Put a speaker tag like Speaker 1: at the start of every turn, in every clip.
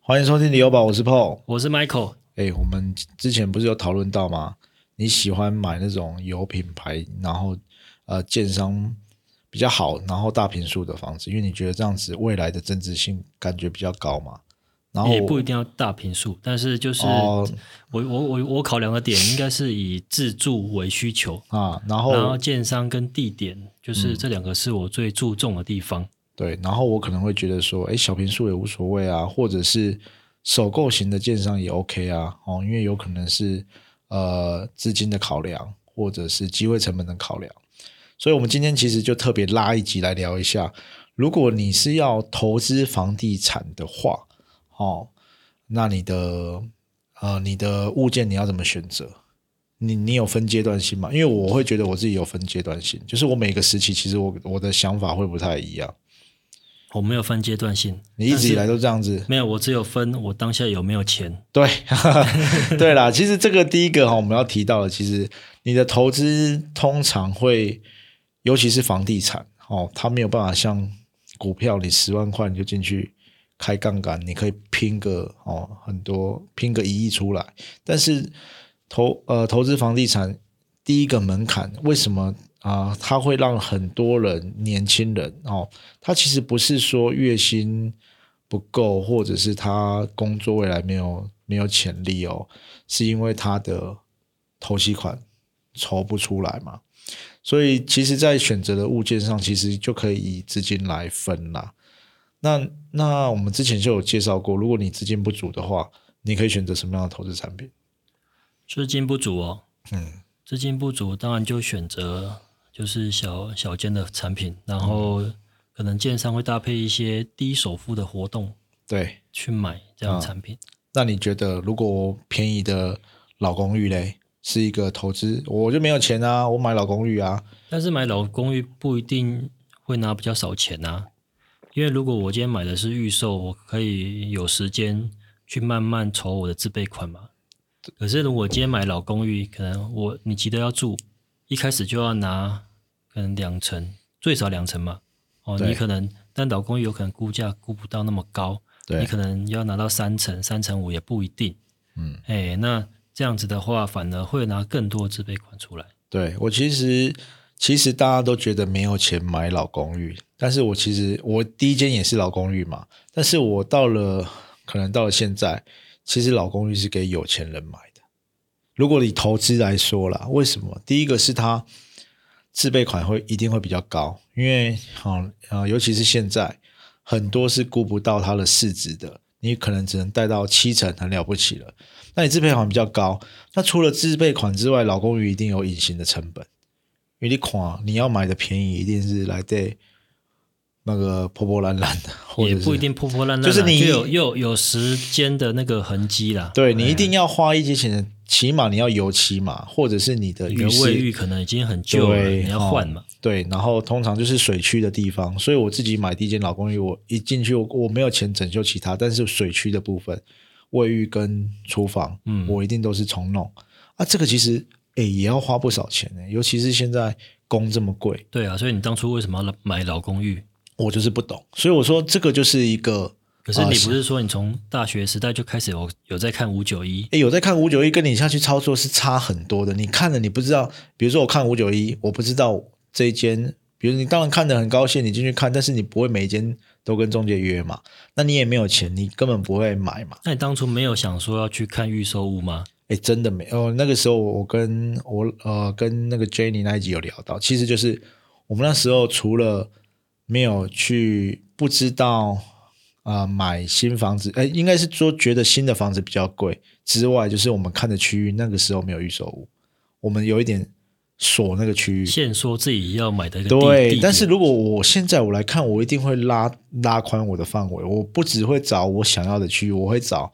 Speaker 1: 欢迎收听旅游宝，我是 Paul。
Speaker 2: 我是 Michael，
Speaker 1: 哎、我们之前不是有讨论到吗？你喜欢买那种有品牌，然后呃，建商比较好，然后大平数的房子，因为你觉得这样子未来的增值性感觉比较高嘛。然后
Speaker 2: 也不一定要大平数，但是就是、
Speaker 1: 哦
Speaker 2: 我我我我考量的点应该是以自住为需求，
Speaker 1: 啊，然后
Speaker 2: 然后建商跟地点，就是这两个是我最注重的地方。
Speaker 1: 对，然后我可能会觉得说，哎，小平数也无所谓啊，或者是首购型的建商也 OK 啊，哦，因为有可能是呃资金的考量，或者是机会成本的考量，所以我们今天其实就特别拉一集来聊一下，如果你是要投资房地产的话，哦，那你的呃你的物件你要怎么选择？你你有分阶段性吗？因为我会觉得我自己有分阶段性，就是我每个时期其实我我的想法会不太一样。
Speaker 2: 我没有分阶段性，
Speaker 1: 你一直以来
Speaker 2: 但是
Speaker 1: 都这样子，
Speaker 2: 没有，我只有分我当下有没有钱。
Speaker 1: 对， 对啦。其实这个第一个哈，我们要提到的，其实你的投资通常会，尤其是房地产哦，它没有办法像股票，你十万块你就进去开杠杆，你可以拼个哦很多，拼个一亿出来。但是投呃投资房地产第一个门槛，为什么啊、它会让很多人年轻人哦，他其实不是说月薪不够，或者是他工作未来没有没有潜力哦，是因为他的投期款筹不出来嘛。所以其实，在选择的物件上，其实就可以以资金来分啦。那那我们之前就有介绍过，如果你资金不足的话，你可以选择什么样的投资产品？
Speaker 2: 资金不足哦，
Speaker 1: 嗯，
Speaker 2: 资金不足当然就选择就是小小间的产品，然后
Speaker 1: 嗯
Speaker 2: 可能建商会搭配一些低首付的活动
Speaker 1: 对。
Speaker 2: 去买这
Speaker 1: 啊
Speaker 2: 样的产品。
Speaker 1: 那你觉得，如果便宜的老公寓嘞，是一个投资？我就没有钱啊，我买老公寓啊。
Speaker 2: 但是买老公寓不一定会拿比较少钱啊，因为如果我今天买的是预售，我可以有时间去慢慢筹我的自备款嘛。可是如果今天买老公寓，可能我你急着要住，一开始就要拿可能两成，最少两成嘛。哦，
Speaker 1: 对
Speaker 2: 你可能但老公寓有可能估价估不到那么高，你
Speaker 1: 对
Speaker 2: 可能要拿到三成、三成五也不一定。
Speaker 1: 嗯，
Speaker 2: 哎，那这样子的话，反而会拿更多自备款出来。
Speaker 1: 对我其实其实大家都觉得没有钱买老公寓，但是我其实我第一间也是老公寓嘛，但是我到了可能到了现在，其实老公寓是给有钱人买的。如果你投资来说啦，为什么？第一个是它自备款会一定会比较高，因为好啊、呃尤其是现在很多是顾不到它的市值的，你可能只能贷到七成，很了不起了。那你自备款比较高，那除了自备款之外，老公寓一定有隐形的成本，因为你款你要买的便宜，一定是来对那个破破烂烂的，或
Speaker 2: 也
Speaker 1: 者
Speaker 2: 不一
Speaker 1: 是
Speaker 2: 定破破烂烂啊，
Speaker 1: 就是你
Speaker 2: 就有又有时间的那个痕迹啦。
Speaker 1: 对你一
Speaker 2: 哎
Speaker 1: 定要花一些钱，起码你要油漆嘛，或者是你的
Speaker 2: 你的
Speaker 1: 浴
Speaker 2: 卫
Speaker 1: 室
Speaker 2: 浴可能已经很旧了，
Speaker 1: 对哦
Speaker 2: 你要换嘛。
Speaker 1: 对，然后通常就是水区的地方，所以我自己买第一间老公寓，我一进去我我没有钱整修其他，但是水区的部分，卫浴跟厨房，
Speaker 2: 嗯
Speaker 1: 我一定都是重弄啊。这个其实诶也要花不少钱呢、尤其是现在工这么贵，
Speaker 2: 对啊，所以你当初为什么要买老公寓？
Speaker 1: 我就是不懂，所以我说这个就是一个
Speaker 2: 可是你
Speaker 1: 啊
Speaker 2: 不是说你从大学时代就开始有有在看五九一？
Speaker 1: 诶，有在看五九一，跟你下去操作是差很多的。你看了，你不知道，比如说我看五九一，我不知道这一间，比如你当然看得很高兴，你进去看，但是你不会每一间都跟中介约嘛，那你也没有钱，你根本不会买嘛。
Speaker 2: 那你当初没有想说要去看预售物吗？
Speaker 1: 诶，真的没哦。那个时候我跟我呃跟那个 Jenny 那一集有聊到，其实就是我们那时候除了没有去不知道啊、呃买新房子，诶，应该是说觉得新的房子比较贵之外，就是我们看的区域那个时候没有预售屋，我们有一点锁那个区域。
Speaker 2: 现说自己要买的一个地地
Speaker 1: 对，
Speaker 2: 点
Speaker 1: 但是如果我现在我来看，我一定会拉拉宽我的范围，我不只会找我想要的区域，我会找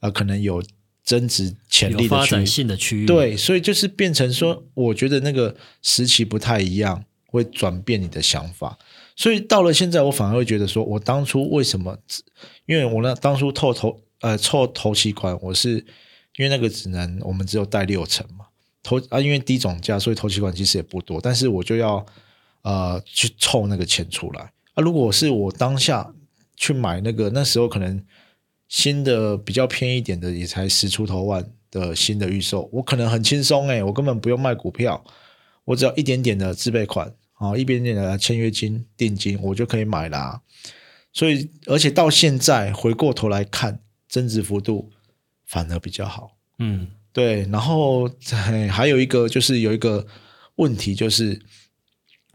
Speaker 1: 呃可能有增值潜
Speaker 2: 有
Speaker 1: 力的
Speaker 2: 发
Speaker 1: 区域
Speaker 2: 展。性的区域，，
Speaker 1: 对，所以就是变成说，我觉得那个时期不太一样，会转变你的想法。所以到了现在，我反而会觉得说，我当初为什么？因为我那当初凑投呃凑投期款，我是因为那个只能我们只有贷六成嘛，投啊因为低总价，所以投期款其实也不多，但是我就要呃去凑那个钱出来啊。如果是我当下去买那个，那时候可能新的比较偏一点的也才十出头万的新的预售，我可能很轻松欸诶，我根本不用卖股票，我只要一点点的自备款啊，一点点的签约金、定金，我就可以买啦、所以，而且到现在回过头来看，增值幅度反而比较好。
Speaker 2: 嗯
Speaker 1: 对，然后、哎还有一个就是有一个问题，就是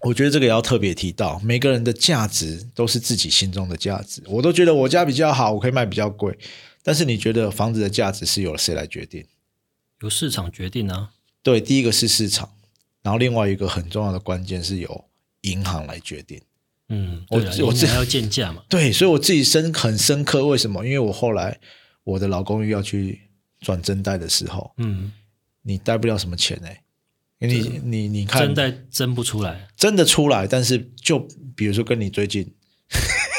Speaker 1: 我觉得这个也要特别提到，每个人的价值都是自己心中的价值。我都觉得我家比较好，我可以卖比较贵，但是你觉得房子的价值是由谁来决定？
Speaker 2: 由市场决定啊。
Speaker 1: 对，第一个是市场，然后另外一个很重要的关键是由银行来决定。
Speaker 2: 嗯，
Speaker 1: 我
Speaker 2: 对啊，
Speaker 1: 我
Speaker 2: 银
Speaker 1: 这
Speaker 2: 行还要见价嘛。
Speaker 1: 对，所以我自己深很深刻，为什么？因为我后来我的老公寓要去转真贷的时候，
Speaker 2: 嗯，
Speaker 1: 你贷不了什么钱哎、你你你看
Speaker 2: 真贷真不出来。
Speaker 1: 真的出来，但是就比如说跟你最近，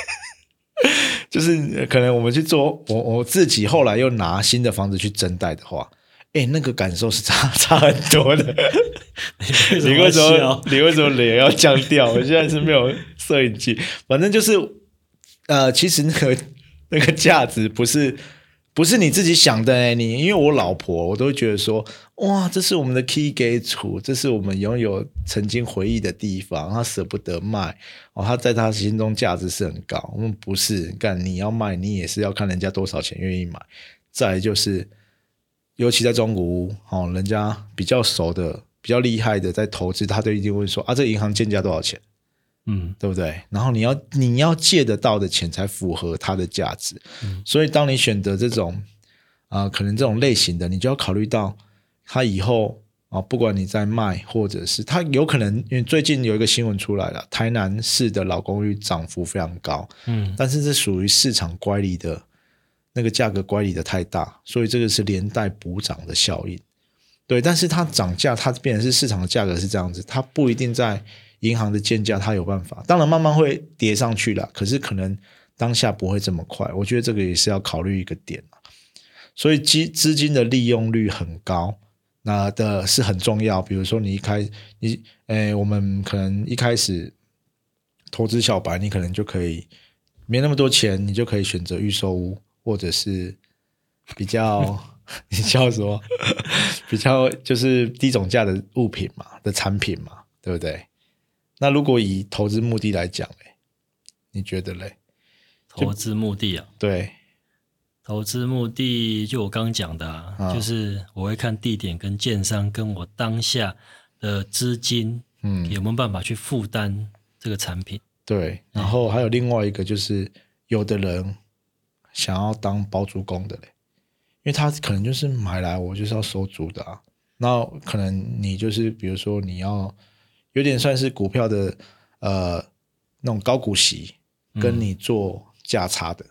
Speaker 1: 就是呃可能我们去做，我我自己后来又拿新的房子去增贷的话，哎，那个感受是差差很多的。
Speaker 2: 你
Speaker 1: 你为什么？你为什么脸要降掉？我现在是没有摄影机，反正就是呃，其实那个那个价值不是。不是你自己想的、欸，你因为我老婆，我都会觉得说，哇，这是我们的 key 给处，这是我们拥有曾经回忆的地方，她舍不得卖哦，她在她心中价值是很高。我们不是干，你要卖，你也是要看人家多少钱愿意买。再来就是，尤其在中古屋，哦，人家比较熟的、比较厉害的在投资，他就一定会说啊，这个银行建价多少钱？
Speaker 2: 嗯，
Speaker 1: 对不对？然后你要你要借得到的钱才符合它的价值，所以当你选择这种啊、呃可能这种类型的，你就要考虑到它以后啊、不管你在卖或者是它有可能，因为最近有一个新闻出来了，台南市的老公寓涨幅非常高，
Speaker 2: 嗯，
Speaker 1: 但是这属于市场乖离的那个价格乖离的太大，所以这个是连带补涨的效应。对，但是它涨价，它变成是市场的价格是这样子，它不一定在银行的建价，它有办法。当然慢慢会叠上去啦，可是可能当下不会这么快。我觉得这个也是要考虑一个点啊所以基资金的利用率很高，那的是很重要。比如说你一开你，诶、我们可能一开始投资小白，你可能就可以没那么多钱，你就可以选择预售屋，或者是比较 你叫什么？ 比较就是低总价的物品嘛，的产品嘛，对不对？那如果以投资目的来讲，嘞，你觉得嘞？
Speaker 2: 投资目的啊，
Speaker 1: 对，
Speaker 2: 投资目的就我刚讲的啊，
Speaker 1: 啊
Speaker 2: 就是我会看地点跟建商跟我当下的资金
Speaker 1: 嗯，
Speaker 2: 有没有办法去负担这个产品。
Speaker 1: 对，然后还有另外一个就是，有的人想要当包租公的嘞，因为他可能就是买来我就是要收租的啊。那可能你就是比如说你要有点算是股票的呃那种高股息，跟你做价差的、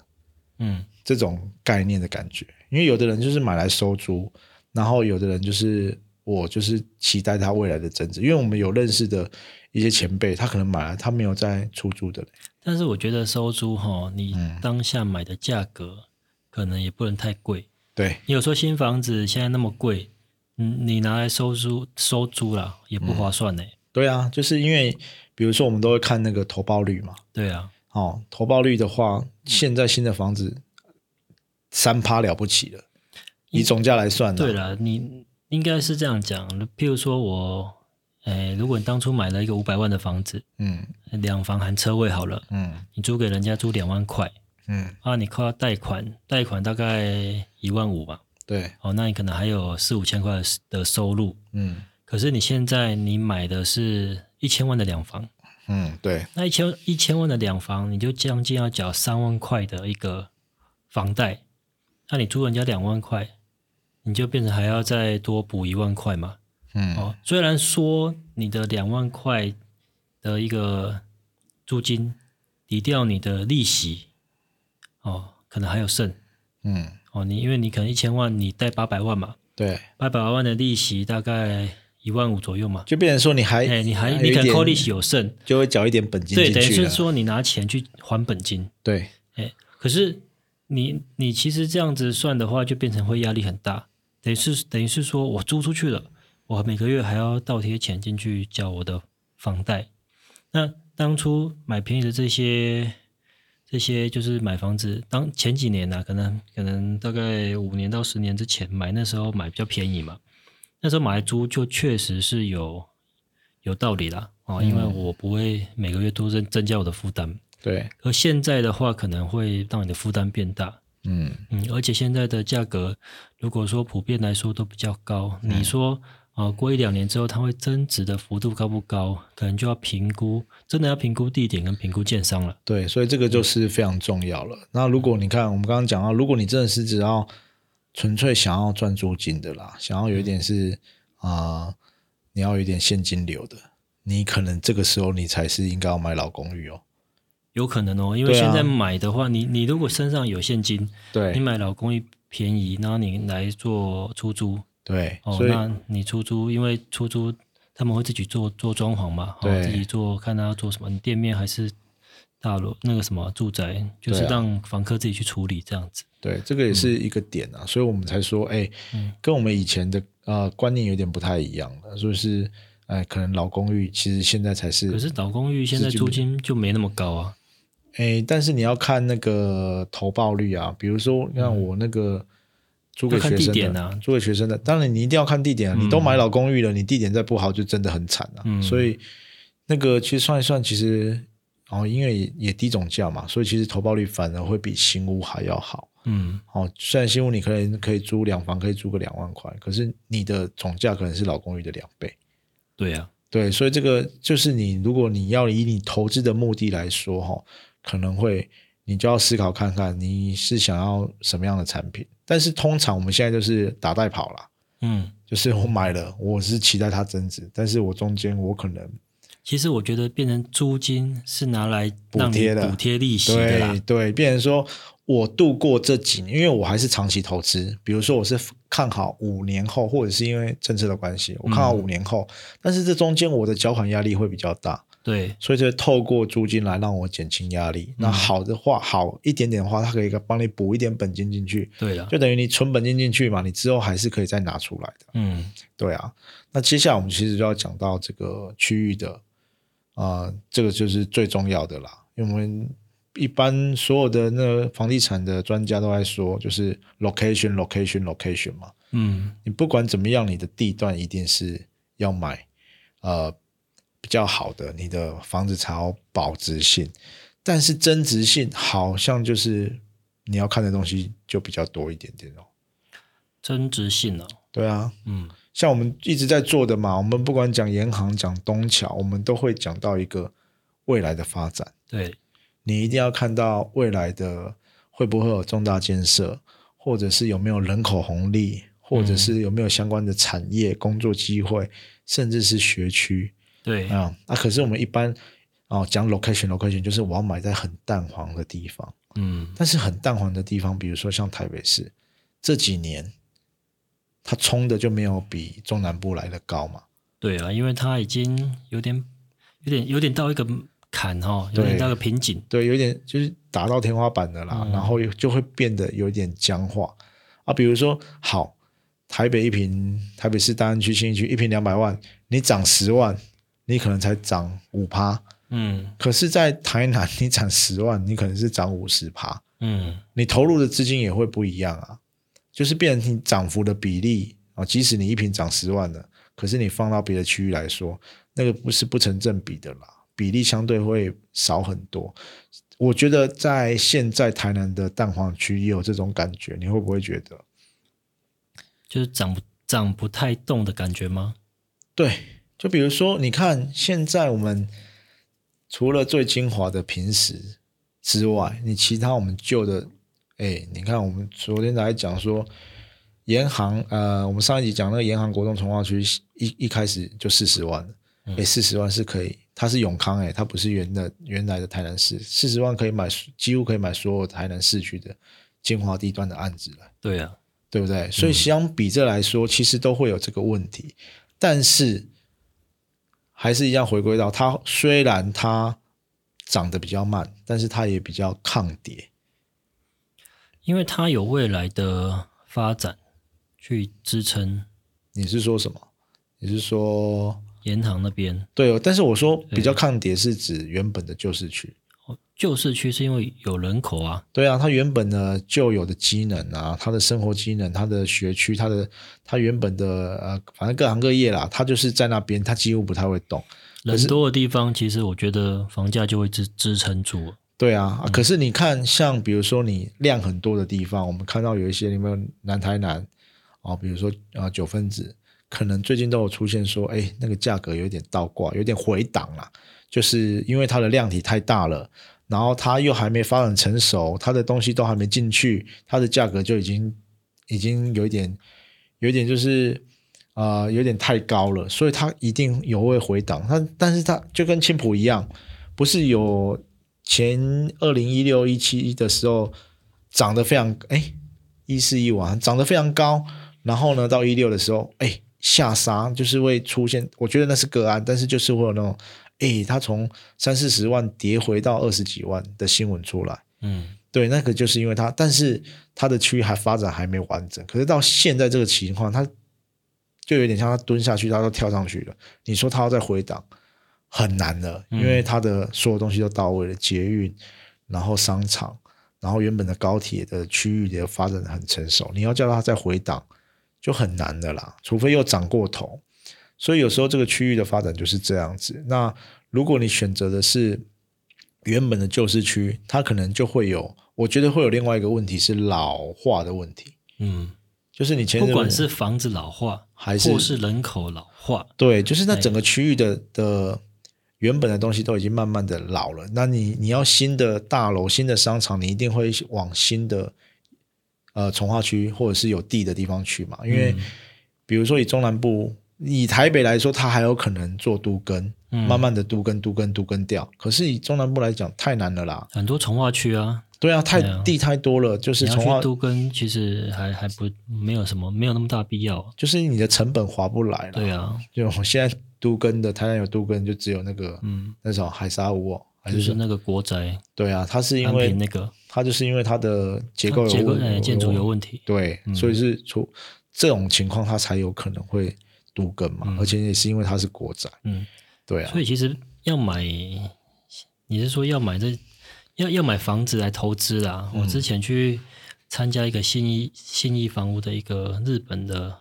Speaker 2: 嗯
Speaker 1: 这种概念的感觉。因为有的人就是买来收租，然后有的人就是我就是期待他未来的增值，因为我们有认识的一些前辈，他可能买来他没有在出租的嘞。
Speaker 2: 但是我觉得收租哈，你
Speaker 1: 嗯
Speaker 2: 当下买的价格可能也不能太贵。
Speaker 1: 对，
Speaker 2: 你有说新房子现在那么贵，嗯，你拿来收租收租啦，也
Speaker 1: 嗯
Speaker 2: 不划算呢、
Speaker 1: 对啊，就是因为比如说我们都会看那个投报率嘛，
Speaker 2: 对啊，
Speaker 1: 哦，投报率的话，现在新的房子三趴了不起了，以总价来算、啊，
Speaker 2: 嗯对啦，你应该是这样讲。譬如说我，哎，如果你当初买了一个五百万的房子，
Speaker 1: 嗯
Speaker 2: 两房含车位好了，
Speaker 1: 嗯
Speaker 2: 你租给人家租两万块
Speaker 1: 嗯，
Speaker 2: 啊，你靠贷款，贷款大概一万五吧，
Speaker 1: 对，
Speaker 2: 哦，那你可能还有四五千块的的收入。
Speaker 1: 嗯
Speaker 2: 可是你现在你买的是一千万的两房，
Speaker 1: 嗯对，
Speaker 2: 那一千一千万的两房，你就将近要缴三万块的一个房贷，那你租人家两万块，你就变成还要再多补一万块嘛。
Speaker 1: 嗯、
Speaker 2: 哦，虽然说你的两万块的一个租金抵掉你的利息，哦，可能还有剩
Speaker 1: 嗯
Speaker 2: 哦。你因为你可能一千万，你贷八百万嘛，
Speaker 1: 对，
Speaker 2: 八百万的利息大概一万五左右嘛。
Speaker 1: 就变成说你还、
Speaker 2: 哎，你还
Speaker 1: 有
Speaker 2: 你
Speaker 1: 一
Speaker 2: 可能
Speaker 1: 点
Speaker 2: 扣利息有剩，
Speaker 1: 就会缴一点本金
Speaker 2: 对，
Speaker 1: 进
Speaker 2: 等于
Speaker 1: 去
Speaker 2: 是
Speaker 1: 了，
Speaker 2: 说你拿钱去还本金，
Speaker 1: 对，
Speaker 2: 哎，可是你你其实这样子算的话，就变成会压力很大，等于是等于是说我租出去了，我每个月还要倒贴钱进去交我的房贷。那当初买便宜的这些这这些就是买房子，当前几年呢、啊可能可能大概五年到十年之前买，那时候买比较便宜嘛，那时候买来租就确实是有有道理啦，哦，因为我不会每个月都增增加我的负担，
Speaker 1: 对，
Speaker 2: 而现在的话可能会让你的负担变大，
Speaker 1: 嗯，
Speaker 2: 嗯，而且现在的价格，如果说普遍来说都比较高，你
Speaker 1: 嗯
Speaker 2: 说啊、呃过一两年之后它会增值的幅度高不高，可能就要评估，真的要评估地点跟评估建商了。
Speaker 1: 对，所以这个
Speaker 2: 嗯
Speaker 1: 就是非常重要了。那如果你看，我们刚刚讲到，如果你真的是只要纯粹想要赚租金的啦，想要有一点
Speaker 2: 嗯
Speaker 1: 是啊、呃你要有一点现金流的，你可能这个时候你才是应该要买老公寓哦。
Speaker 2: 有可能哦，因为
Speaker 1: 对啊
Speaker 2: 现在买的话，你你如果身上有现金，你
Speaker 1: 对
Speaker 2: 买老公寓便宜，然后你来做出租
Speaker 1: 对，
Speaker 2: 哦，
Speaker 1: 所以
Speaker 2: 那你出租，因为出租他们会自己做做装潢嘛，哦，
Speaker 1: 对
Speaker 2: 自己做看他要做什么，你店面还是大楼那个什么住宅，就是
Speaker 1: 对啊
Speaker 2: 让房客自己去处理这样子。
Speaker 1: 对这
Speaker 2: 嗯
Speaker 1: 个也是一个点啊，所以我们才说，哎、跟我们以前的呃观念有点不太一样了，就是哎、可能老公寓其实现在才
Speaker 2: 可是老公寓现在租金就没那么高啊，
Speaker 1: 诶，但是你要看那个投报率啊，比如说像我那个租给
Speaker 2: 嗯要看
Speaker 1: 学
Speaker 2: 地
Speaker 1: 生
Speaker 2: 点
Speaker 1: 的，
Speaker 2: 啊
Speaker 1: 租给学生的，当然你一定要看地点啊。你都买老公寓了，你地点再不好，就真的很惨啊。
Speaker 2: 嗯
Speaker 1: 所以那个其实算一算，其实哦，因为也也低总价嘛，所以其实投报率反而会比新屋还要好。
Speaker 2: 嗯，
Speaker 1: 哦，虽然新屋你可能可以租两房，可以租个两万块，可是你的总价可能是老公寓的两倍。
Speaker 2: 对啊，
Speaker 1: 对，所以这个就是你，如果你要以你投资的目的来说，哈，可能会你就要思考看看你是想要什么样的产品。但是通常我们现在就是打带跑啦，
Speaker 2: 嗯，
Speaker 1: 就是我买了，我是期待它增值，但是我中间我可能
Speaker 2: 其实我觉得变成租金是拿来让你
Speaker 1: 贴的
Speaker 2: 补贴利息的啦
Speaker 1: 对，对，变成说我度过这几年，因为我还是长期投资，比如说我是看好五年后，或者是因为政策的关系，我看好五年后，但是这中间我的缴款压力会比较大，
Speaker 2: 对，
Speaker 1: 所以就透过租金来让我减轻压力。那好的话，好一点点的话，它可以帮你补一点本金进去，
Speaker 2: 对了，
Speaker 1: 就等于你存本金进去嘛，你之后还是可以再拿出来的。
Speaker 2: 嗯，
Speaker 1: 对啊，那接下来我们其实就要讲到这个区域的，啊、这个就是最重要的啦，因为我们一般所有的那个房地产的专家都在说，就是 location location location 嘛，
Speaker 2: 嗯，
Speaker 1: 你不管怎么样，你的地段一定是要买呃比较好的，你的房子才有保值性。但是增值性好像就是你要看的东西就比较多一点点哦。
Speaker 2: 增值性哦，
Speaker 1: 对啊，
Speaker 2: 嗯，
Speaker 1: 像我们一直在做的嘛，我们不管讲银行、讲东桥，我们都会讲到一个未来的发展。
Speaker 2: 对，
Speaker 1: 你一定要看到未来的会不会有重大建设，或者是有没有人口红利，或者是有没有相关的产业、工作机会，甚至是学区
Speaker 2: 对，
Speaker 1: 啊。啊，可是我们一般哦讲 location location，就是我要买在很淡黄的地方，
Speaker 2: 嗯，
Speaker 1: 但是很淡黄的地方，比如说像台北市，这几年它冲的就没有比中南部来的高嘛。
Speaker 2: 对啊，因为它已经有点、有点、有点到一个坎哦，有点
Speaker 1: 对
Speaker 2: 到一个瓶颈，
Speaker 1: 对，有点就是打到天花板的啦，然后就会变得有一点僵化啊。比如说，好，台北一平，台北市大安区、新一区一平两百万，你涨十万，你可能才涨五趴；
Speaker 2: 嗯
Speaker 1: 可是，在台南你涨十万，你可能是涨五十趴。
Speaker 2: 嗯，
Speaker 1: 你投入的资金也会不一样啊，就是变成你涨幅的比例啊，即使你一瓶涨十万了，可是你放到别的区域来说，那个不是不成正比的啦，比例相对会少很多。我觉得在现在台南的蛋黄区也有这种感觉，你会不会觉得？
Speaker 2: 就是涨不涨不太动的感觉吗？
Speaker 1: 对，就比如说，你看现在我们除了最精华的平时之外，你其他我们旧的，哎，你看我们昨天来讲说，银行，呃，我们上一集讲那个银行国栋从化区一一开始就四十万了，哎，四十万是可以，它是永康，哎，它不是原的原来的台南市，四十万可以买几乎可以买所有台南市区的精华地段的案子了。
Speaker 2: 对啊，
Speaker 1: 对不对？所以相比这来说，其实都会有这个问题，但是还是一样回归到它，虽然它长得比较慢，但是它也比较抗跌。
Speaker 2: 因为它有未来的发展去支撑
Speaker 1: 你是说什么？你是说
Speaker 2: 银行那边。
Speaker 1: 对哦？但是我说比较抗跌是指原本的旧市区，
Speaker 2: 旧市区是因为有人口啊，
Speaker 1: 对啊，它原本的旧有的机能啊，它的生活机能，它的学区，它的它原本的呃，反正各行各业啦，它就是在那边，它几乎不太会动。
Speaker 2: 人多的地方，其实我觉得房价就会支支撑住。
Speaker 1: 对啊，啊可是你看，像比如说你量很多的地方，我们看到有一些，你们南台南哦，比如说啊九分子，可能最近都有出现说，哎，那个价格有点倒挂，有点回档啦，就是因为它的量体太大了，然后它又还没发展成熟，它的东西都还没进去，它的价格就已经已经有一点，有一点就是。啊，有点太高了，所以它一定有会回档。它但是它就跟青浦一样，不是有前二零一六一七的时候涨得非常哎一四一五啊涨得非常高，然后呢到一六的时候哎下杀，就是会出现，我觉得那是个案，但是就是会有那种哎它从三四十万跌回到二十几万的新闻出来。
Speaker 2: 嗯，
Speaker 1: 对，那个就是因为它，但是它的区域还发展还没完整。可是到现在这个情况，它就有点像它蹲下去，它都跳上去了。你说它要再回档，很难的，因为它的所有东西都到位了，捷运，然后商场，然后原本的高铁的区域也发展的很成熟。你要叫它再回档，就很难的啦，除非又涨过头。所以有时候这个区域的发展就是这样子。那如果你选择的是原本的旧市区，它可能就会有，我觉得会有另外一个问题是老化的问题，
Speaker 2: 嗯，
Speaker 1: 就是你前
Speaker 2: 不
Speaker 1: 阵
Speaker 2: 管是房子老化
Speaker 1: 还是
Speaker 2: 或是人口老化，
Speaker 1: 对，就是
Speaker 2: 哎
Speaker 1: 那整个区域的的原本的东西都已经慢慢的老了，那你你要新的大楼、新的商场，你一定会往新的呃从化区或者是有地的地方去嘛，因为
Speaker 2: 嗯
Speaker 1: 比如说以中南部。以台北来说，它还有可能做都更，
Speaker 2: 嗯
Speaker 1: 慢慢的都更、都更、都更掉。可是以中南部来讲，太难了啦。
Speaker 2: 很多从化区啊，
Speaker 1: 对啊，太
Speaker 2: 对啊
Speaker 1: 地太多了，就是
Speaker 2: 你要
Speaker 1: 从化
Speaker 2: 去都跟其实还还不没有什么没有那么大必要。
Speaker 1: 就是你的成本划不来了。
Speaker 2: 对啊，
Speaker 1: 就我现在都跟的台南有都跟，就只有那个、
Speaker 2: 嗯，
Speaker 1: 那种海沙屋、哦，还
Speaker 2: 就是是
Speaker 1: 说
Speaker 2: 那个国宅
Speaker 1: 对啊，它是因
Speaker 2: 安
Speaker 1: 为
Speaker 2: 平那个
Speaker 1: 它就是因为它的结构有
Speaker 2: 结构
Speaker 1: 问
Speaker 2: 哎建筑有问题，嗯
Speaker 1: 对，所以是出这种情况，它才有可能会都跟嘛，而且也是因为它是国宅，
Speaker 2: 嗯，
Speaker 1: 对啊
Speaker 2: 所，以其实要买，你是说要买这要要买房子来投资啦？
Speaker 1: 嗯
Speaker 2: 我之前去参加一个信义信义房屋的一个日本的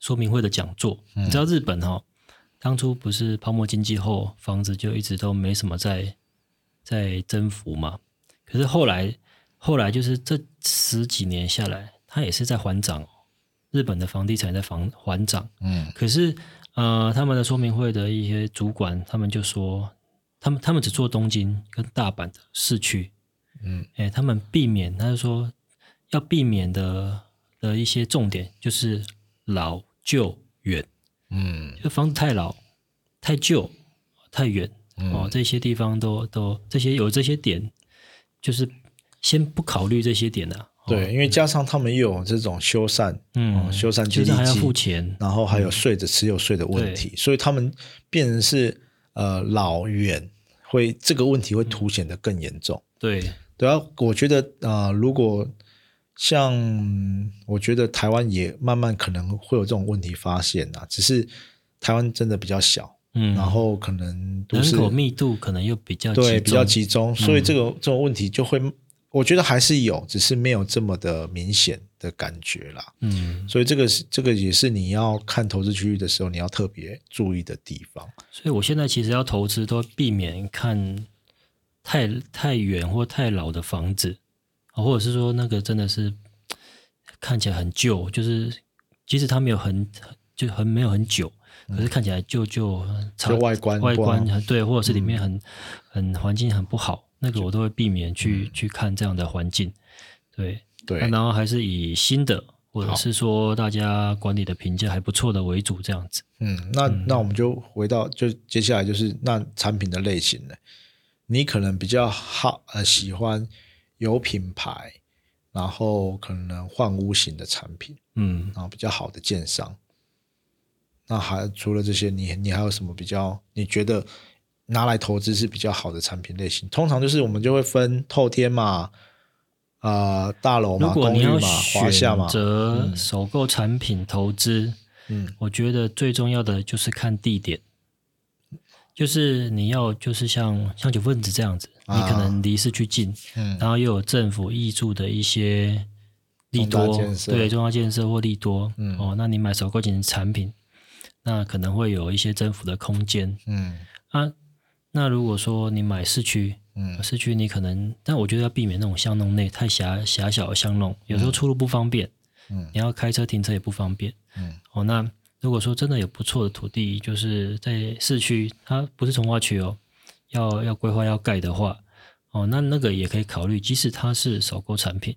Speaker 2: 说明会的讲座，
Speaker 1: 嗯
Speaker 2: 你知道日本哦，当初不是泡沫经济后，房子就一直都没什么在在增幅嘛，可是后来后来就是这十几年下来，它也是在缓涨哦，日本的房地产在房缓涨。
Speaker 1: 嗯
Speaker 2: 可是呃，他们的说明会的一些主管，他们就说，他们他们只做东京跟大阪的市区，
Speaker 1: 嗯，
Speaker 2: 哎、他们避免，他就说要避免的的一些重点就是老旧远，
Speaker 1: 嗯
Speaker 2: 就房子太老、太旧、太远
Speaker 1: 嗯
Speaker 2: 哦，这些地方都都这些有这些点，就是先不考虑这些点啊，哦，
Speaker 1: 对，因为加上他们又有这种修缮，
Speaker 2: 嗯，
Speaker 1: 哦修缮基
Speaker 2: 就
Speaker 1: 地
Speaker 2: 是还要嗯
Speaker 1: 基
Speaker 2: 付钱，
Speaker 1: 然后还有税的持有税的问题，所以他们变成是呃老远会这个问题会凸显的更严重。
Speaker 2: 对，
Speaker 1: 对啊，我觉得啊、呃如果像嗯我觉得台湾也慢慢可能会有这种问题发现啊，只是台湾真的比较小，
Speaker 2: 嗯，
Speaker 1: 然后可能都
Speaker 2: 人
Speaker 1: 市
Speaker 2: 口密度可能又比较
Speaker 1: 对
Speaker 2: 集
Speaker 1: 比较
Speaker 2: 中嗯
Speaker 1: 集中，所以这个、这种问题就会，我觉得还是有，只是没有这么的明显的感觉啦。
Speaker 2: 嗯，
Speaker 1: 所以这个是这个也是你要看投资区域的时候，你要特别注意的地方。
Speaker 2: 所以我现在其实要投资都避免看太太远或太老的房子，啊或者是说那个真的是看起来很旧，就是即使它没有很就很没有很久，可是看起来旧旧，
Speaker 1: 嗯
Speaker 2: 差
Speaker 1: 就外观
Speaker 2: 外观
Speaker 1: 不嗯
Speaker 2: 很对，或者是里面很、很环境很不好，那个我都会避免去、
Speaker 1: 嗯
Speaker 2: 去看这样的环境，对。
Speaker 1: 对，
Speaker 2: 那然后还是以新的，或者是说大家管理的评价还不错的为主，这样子。
Speaker 1: 嗯，那那我们就回到，就接下来就是那产品的类型了。你可能比较好呃喜欢有品牌，然后可能换屋型的产品，
Speaker 2: 嗯，
Speaker 1: 然后比较好的建商。那还除了这些，你你还有什么比较你觉得拿来投资是比较好的产品类型？通常就是我们就会分透天嘛，呃大楼
Speaker 2: 如
Speaker 1: 嘛，
Speaker 2: 果
Speaker 1: 公
Speaker 2: 你
Speaker 1: 寓
Speaker 2: 要
Speaker 1: 嘛，华夏
Speaker 2: 选
Speaker 1: 嘛，
Speaker 2: 择首购产品投资，
Speaker 1: 嗯，
Speaker 2: 我觉得最重要的就是看地点，就是你要就是像像九份子这样子，你
Speaker 1: 啊
Speaker 2: 可能离市区近，
Speaker 1: 嗯，
Speaker 2: 然后又有政府挹注的一些利
Speaker 1: 重大
Speaker 2: 多
Speaker 1: 建，设
Speaker 2: 对重大建设或利多，
Speaker 1: 嗯
Speaker 2: 哦，那你买首购型产品，那可能会有一些增幅的空间
Speaker 1: 嗯
Speaker 2: 啊。那如果说你买市区，
Speaker 1: 嗯
Speaker 2: 市区你可能，但我觉得要避免那种巷弄内太狭狭小的巷弄，有时候出入不方便，
Speaker 1: 嗯
Speaker 2: 你要开车停车也不方便。
Speaker 1: 嗯
Speaker 2: 哦，那如果说真的有不错的土地，就是在市区，它不是从化区哦，要要规划要盖的话，哦，那那个也可以考虑，即使它是首购产品，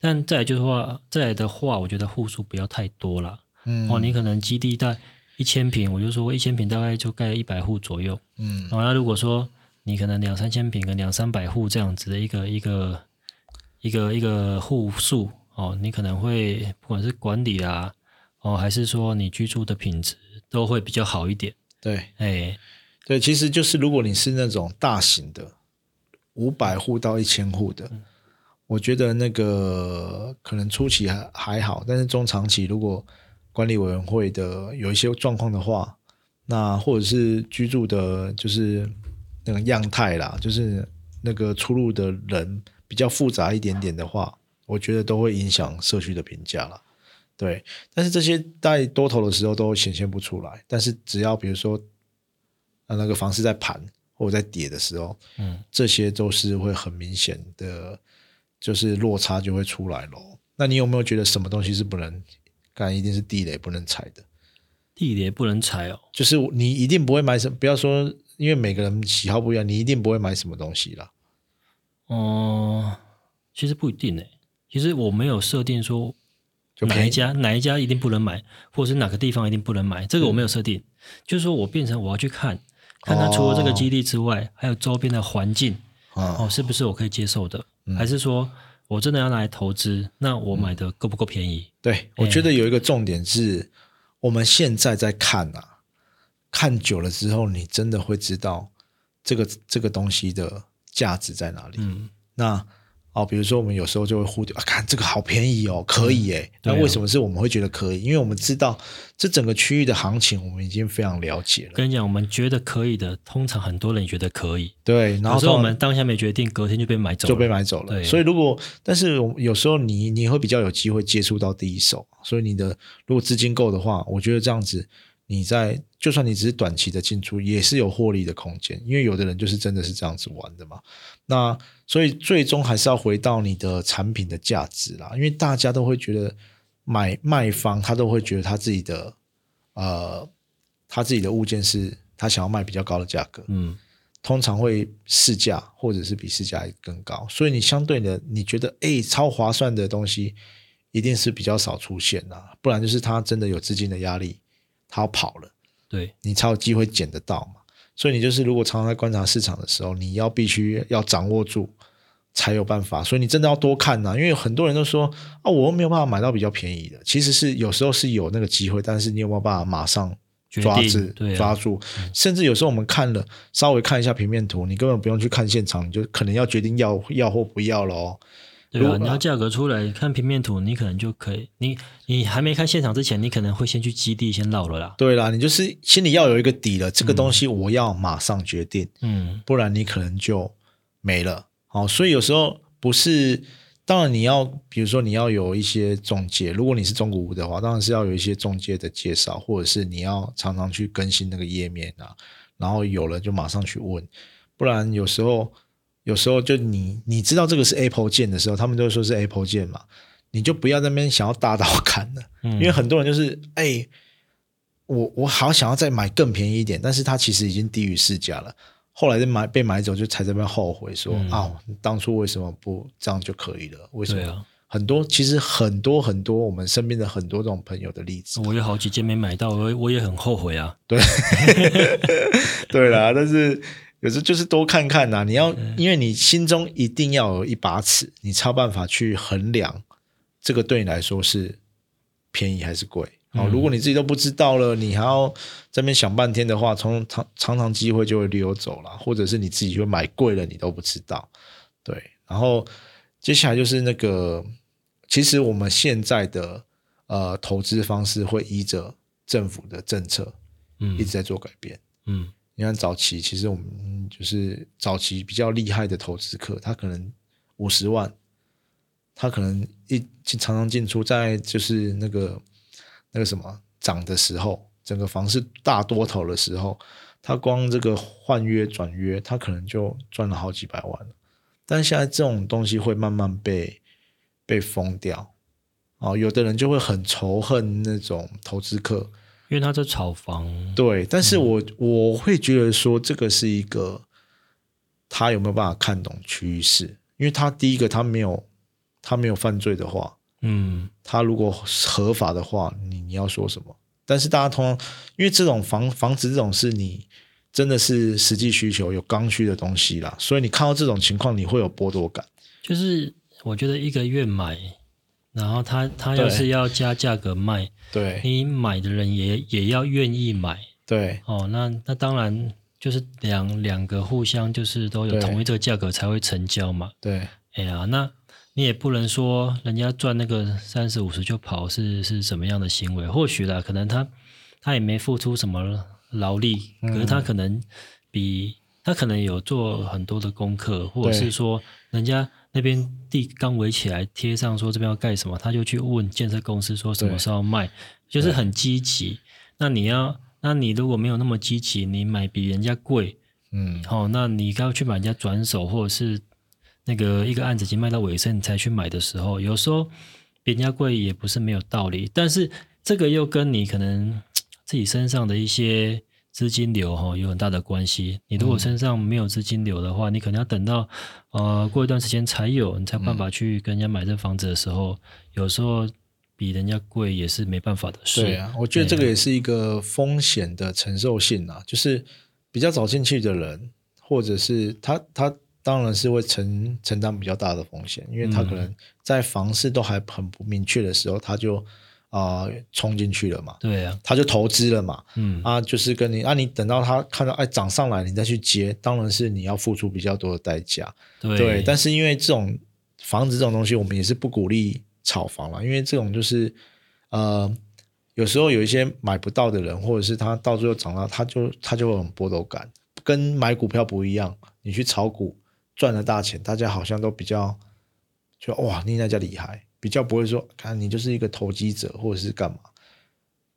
Speaker 2: 但再来就是话，再来的话，我觉得户数不要太多啦。
Speaker 1: 嗯，
Speaker 2: 哦，你可能基地带一千平，我就说一千平大概就盖一百户左右。
Speaker 1: 嗯
Speaker 2: 哦，那如果说你可能两三千平跟两三百户这样子的一个一个一个一个户数哦，你可能会不管是管理啊，哦，还是说你居住的品质都会比较好一点。
Speaker 1: 对
Speaker 2: 哎，
Speaker 1: 对，其实就是如果你是那种大型的，五百户到一千户的，我觉得那个可能初期还还好，但是中长期如果管理委员会的有一些状况的话，那或者是居住的，就是那个样态啦，就是那个出入的人比较复杂一点点的话，我觉得都会影响社区的评价啦。对，但是这些在多头的时候都显现不出来，但是只要比如说，呃，那个房市在盘或者在跌的时候，
Speaker 2: 嗯，
Speaker 1: 这些都是会很明显的，就是落差就会出来咯。那你有没有觉得什么东西是不能干，一定是地雷不能踩的？
Speaker 2: 地雷不能踩哦。
Speaker 1: 就是你一定不会买什么，不要说，因为每个人喜好不一样，你一定不会买什么东西啦。
Speaker 2: 哦、其实不一定诶。其实我没有设定说
Speaker 1: 就
Speaker 2: 哪
Speaker 1: 便
Speaker 2: 一
Speaker 1: 宜，
Speaker 2: 家哪一家一定不能买，或者是哪个地方一定不能买，这个我没有设定。就是说我变成我要去看，看它除了这个
Speaker 1: 嗯哦
Speaker 2: 基地之外，还有周边的环境。
Speaker 1: 啊，
Speaker 2: 哦，是不是我可以接受的？
Speaker 1: 嗯
Speaker 2: 还是说我真的要拿来投资？那我买的够不够便宜？
Speaker 1: 对，我觉得有一个重点是，我们现在在看啊，看久了之后，你真的会知道这个这个东西的价值在哪里。
Speaker 2: 嗯，
Speaker 1: 那哦，比如说我们有时候就会忽略啊，看这个好便宜哦，可以诶。
Speaker 2: 对
Speaker 1: 那
Speaker 2: 啊
Speaker 1: 为什么是我们会觉得可以？因为我们知道这整个区域的行情，我们已经非常了解了。
Speaker 2: 跟你讲，我们觉得可以的，通常很多人也觉得可以，
Speaker 1: 对，然后
Speaker 2: 有时
Speaker 1: 通
Speaker 2: 候我
Speaker 1: 常
Speaker 2: 们当下没决定，隔天就被买走了。
Speaker 1: 就被买走了。
Speaker 2: 对
Speaker 1: 所以如果，但是我有时候你你会比较有机会接触到第一手，所以你的如果资金够的话，我觉得这样子你在就算你只是短期的进出，也是有获利的空间，因为有的人就是真的是这样子玩的嘛。那所以最终还是要回到你的产品的价值啦，因为大家都会觉得买卖方他都会觉得他自己的呃他自己的物件是他想要卖比较高的价格，
Speaker 2: 嗯，
Speaker 1: 通常会市价或者是比市价更高，所以你相对的，你觉得诶超划算的东西，一定是比较少出现啦、不然就是他真的有资金的压力，他要跑了，
Speaker 2: 对，
Speaker 1: 你才有机会捡得到嘛。所以你就是如果常常在观察市场的时候，你要必须要掌握住，才有办法。所以你真的要多看呐、因为很多人都说啊，我又没有办法买到比较便宜的，其实是有时候是有那个机会，但是你有没有办法马上
Speaker 2: 决
Speaker 1: 抓
Speaker 2: 定
Speaker 1: 住、
Speaker 2: 对啊
Speaker 1: 抓住，甚至有时候我们看了稍微看一下平面图，你根本不用去看现场，你就可能要决定要要或不要喽。
Speaker 2: 对
Speaker 1: 如果
Speaker 2: 啊，你要价格出来看平面图，你可能就可以，你你还没看现场之前，你可能会先去基地先绕了啦。
Speaker 1: 对啦，你就是心里要有一个底了，这个东西我要马上决定，
Speaker 2: 嗯，
Speaker 1: 不然你可能就没了。好，所以有时候不是，当然你要，比如说你要有一些中介，如果你是中古屋的话，当然是要有一些中介的介绍，或者是你要常常去更新那个页面啊，然后有了就马上去问，不然有时候有时候就你你知道这个是 Apple 键的时候，他们都会说是 Apple 键嘛，你就不要在那边想要大刀砍了，
Speaker 2: 嗯
Speaker 1: 因为很多人就是哎。我我好想要再买更便宜一点，但是它其实已经低于市价了。后来再买被买走，就才这边后悔说、
Speaker 2: 嗯
Speaker 1: 啊，当初为什么不这样就可以了？为什么？
Speaker 2: 对啊，
Speaker 1: 很多其实很多很多我们身边的很多这种朋友的例子。
Speaker 2: 我有好几件没买到，我也我也很后悔啊。
Speaker 1: 对啦，但是有时候就是多看看啊呐、你要因为你心中一定要有一把尺，你才有办法去衡量这个对你来说是便宜还是贵。哦，如果你自己都不知道了，你还要这边想半天的话，从常常常机会就会溜走了，或者是你自己就买贵了，你都不知道。对，然后接下来就是那个，其实我们现在的呃投资方式会依着政府的政策
Speaker 2: 嗯
Speaker 1: 一直在做改变。
Speaker 2: 嗯，
Speaker 1: 你看早期，其实我们嗯就是早期比较厉害的投资客，他可能五十万，他可能一经常常进出在就是那个那个什么涨的时候，整个房市大多头的时候，他光这个换约转约，他可能就赚了好几百万了。但现在这种东西会慢慢被被封掉，哦，有的人就会很仇恨那种投资客，
Speaker 2: 因为他在炒房，
Speaker 1: 对，但是我、我会觉得说，这个是一个他有没有办法看懂趋势，因为他第一个他没有他没有犯罪的话，
Speaker 2: 嗯，
Speaker 1: 他如果合法的话，你你要说什么？但是大家通常因为这种房房子这种是你真的是实际需求有刚需的东西啦，所以你看到这种情况，你会有剥夺感。
Speaker 2: 就是我觉得一个月买，然后他他要
Speaker 1: 对
Speaker 2: 是要加价格卖，
Speaker 1: 对
Speaker 2: 你买的人也也要愿意买
Speaker 1: 对
Speaker 2: 哦。那那当然就是两两个互相就是都有
Speaker 1: 对
Speaker 2: 同一这个价格才会成交嘛。
Speaker 1: 对
Speaker 2: 哎呀，那你也不能说人家赚那个三十五十就跑是是什么样的行为？或许啦，可能他他也没付出什么劳力，可是他可能比、他可能有做很多的功课，或者是说人家那边地刚围起来，贴上说这边要盖什么，他就去问建设公司说什么时候卖，就是很积极。那你要，那你如果没有那么积极，你买比人家贵，
Speaker 1: 嗯
Speaker 2: 哦，那你刚去买人家转手，或者是那个一个案子已经卖到尾声，你才去买的时候，有时候比人家贵也不是没有道理。但是这个又跟你可能自己身上的一些资金流哈、哦、有很大的关系。你
Speaker 1: 嗯
Speaker 2: 如果身上没有资金流的话，你可能要等到呃过一段时间才有，你才有办
Speaker 1: 嗯
Speaker 2: 法去跟人家买这房子的时候，有时候比人家贵也是没办法的事。
Speaker 1: 对啊，我觉得这个也是一个风险的承受性啊，就是比较早进去的人，或者是他他当然是会承承担比较大的风险，因为他可能在房市都还很不明确的时候，他就啊、呃冲进去了嘛，
Speaker 2: 对啊，
Speaker 1: 他就投资了嘛，
Speaker 2: 嗯，
Speaker 1: 啊，就是跟你啊，你等到他看到哎涨上来，你再去接，当然是你要付出比较多的代价。
Speaker 2: 对，
Speaker 1: 对，但是因为这种房子这种东西，我们也是不鼓励炒房了，因为这种就是呃，有时候有一些买不到的人，或者是他到最后涨到，他就他就会有波动感，跟买股票不一样。你去炒股赚了大钱，大家好像都比较就哇，你那家厉害，比较不会说看你就是一个投机者或者是干嘛，